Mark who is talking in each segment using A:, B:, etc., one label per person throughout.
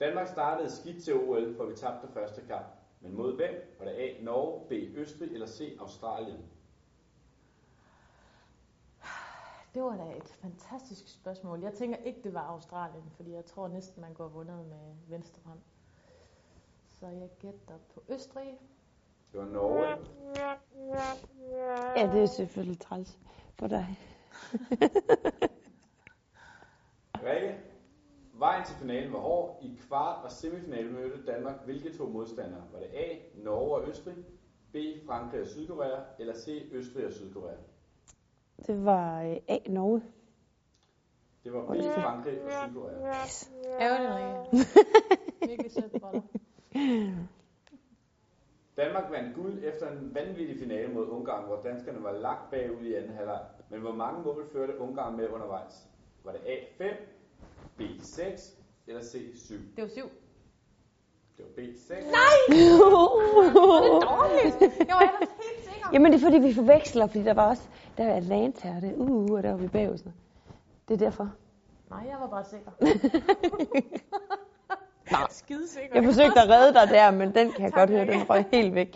A: Danmark startede skidt til OL, for vi tabte første kamp. Men mod hvem? Var det A. Norge, B. Østrig eller C. Australien?
B: Det var da et fantastisk spørgsmål. Jeg tænker ikke, det var Australien, fordi jeg tror næsten, man går vundet med venstre hånd. Så jeg gætter på Østrig.
A: Det var Norge.
C: Ja, det er selvfølgelig træls for dig.
A: Rikke, vejen til finalen var hård. I kvart og semifinalen mødte Danmark hvilke to modstandere? Var det A. Norge og Østrig, B. Frankrig og Sydkorea, eller C. Østrig og Sydkorea?
C: Det var øh, A. Norge.
A: Det var B. Frankrig og Sydkorea.
C: Yes.
B: Ærgerligt, Rikke. Virkelig sødt for dig.
A: Danmark vandt guld efter en vanvittig finale mod Ungarn, hvor danskerne var langt bagud i anden halvleg. Men hvor mange mål førte Ungarn med undervejs? Var det A5, B6 eller C7?
B: Det var syv.
A: Det var B6. Nej!
B: Jeg var ellers helt sikker.
C: Jamen det er fordi, vi forveksler, fordi der var også, der var Atlanta, og det uh, og der var vi bagud. sådan noget. Det er derfor.
B: Nej, jeg var bare sikker. Skide sikker.
C: Jeg forsøgte at redde dig der, men den kan jeg godt høre, den røg helt væk.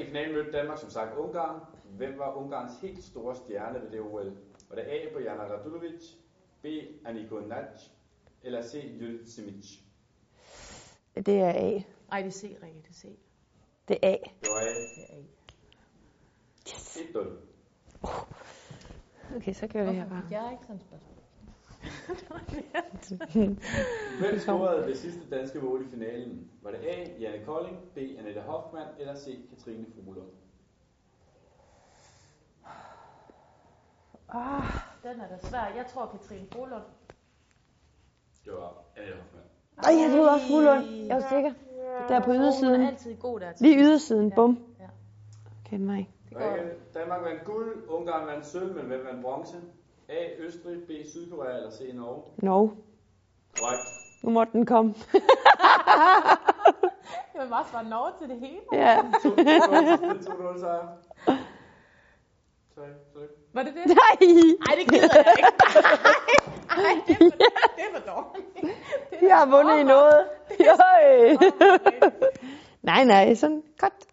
A: I finalen mødte Danmark som sagt Ungarn. Hvem var Ungarns helt store stjerne ved det OL? Var det A. Bojana Radulovic, B. Aniko Nagy eller C. Judith Simic?
C: Det er A.
B: Ej, det er C, Rikke, det er C.
C: Det er A.
A: Det var A.
B: Det er A.
A: 1-0.
C: Okay, så gør det her bare.
B: Jeg er ikke sådan et spørgsmål.
A: Hvem scorede det sidste danske mål i finalen? Var det A. Janne Kolding, B. Annette Hoffmann eller C. Katrine Fuglund?
C: Ah,
B: Den er da svær. Jeg tror, Katrine Bolund.
A: Det var Annette Hoffmann.
C: Ej, ja, det var også Fuglund. Jeg var sikker. Der på ydersiden.
B: Hun er altid god der. til-
C: Lige ydersiden, bum.
B: Ja.
C: Kend mig.
B: Det går.
A: Rikke, Danmark vandt guld, Ungarn vandt sølv, men hvem vandt bronze? A. Østrig, B. Sydkorea eller C. Norge?
C: Norge.
A: Korrekt.
C: Nu måtte den komme.
B: Jeg vil bare svare Norge til det hele.
C: Ja.
A: 2-0 sejr. Tak, tak.
B: Var det det?
C: Nej.
B: Nej, det gider jeg ikke. Ej, det er for, det er for dårligt.
C: Jeg har vundet i noget. Jøj. Nej, nej, sådan godt.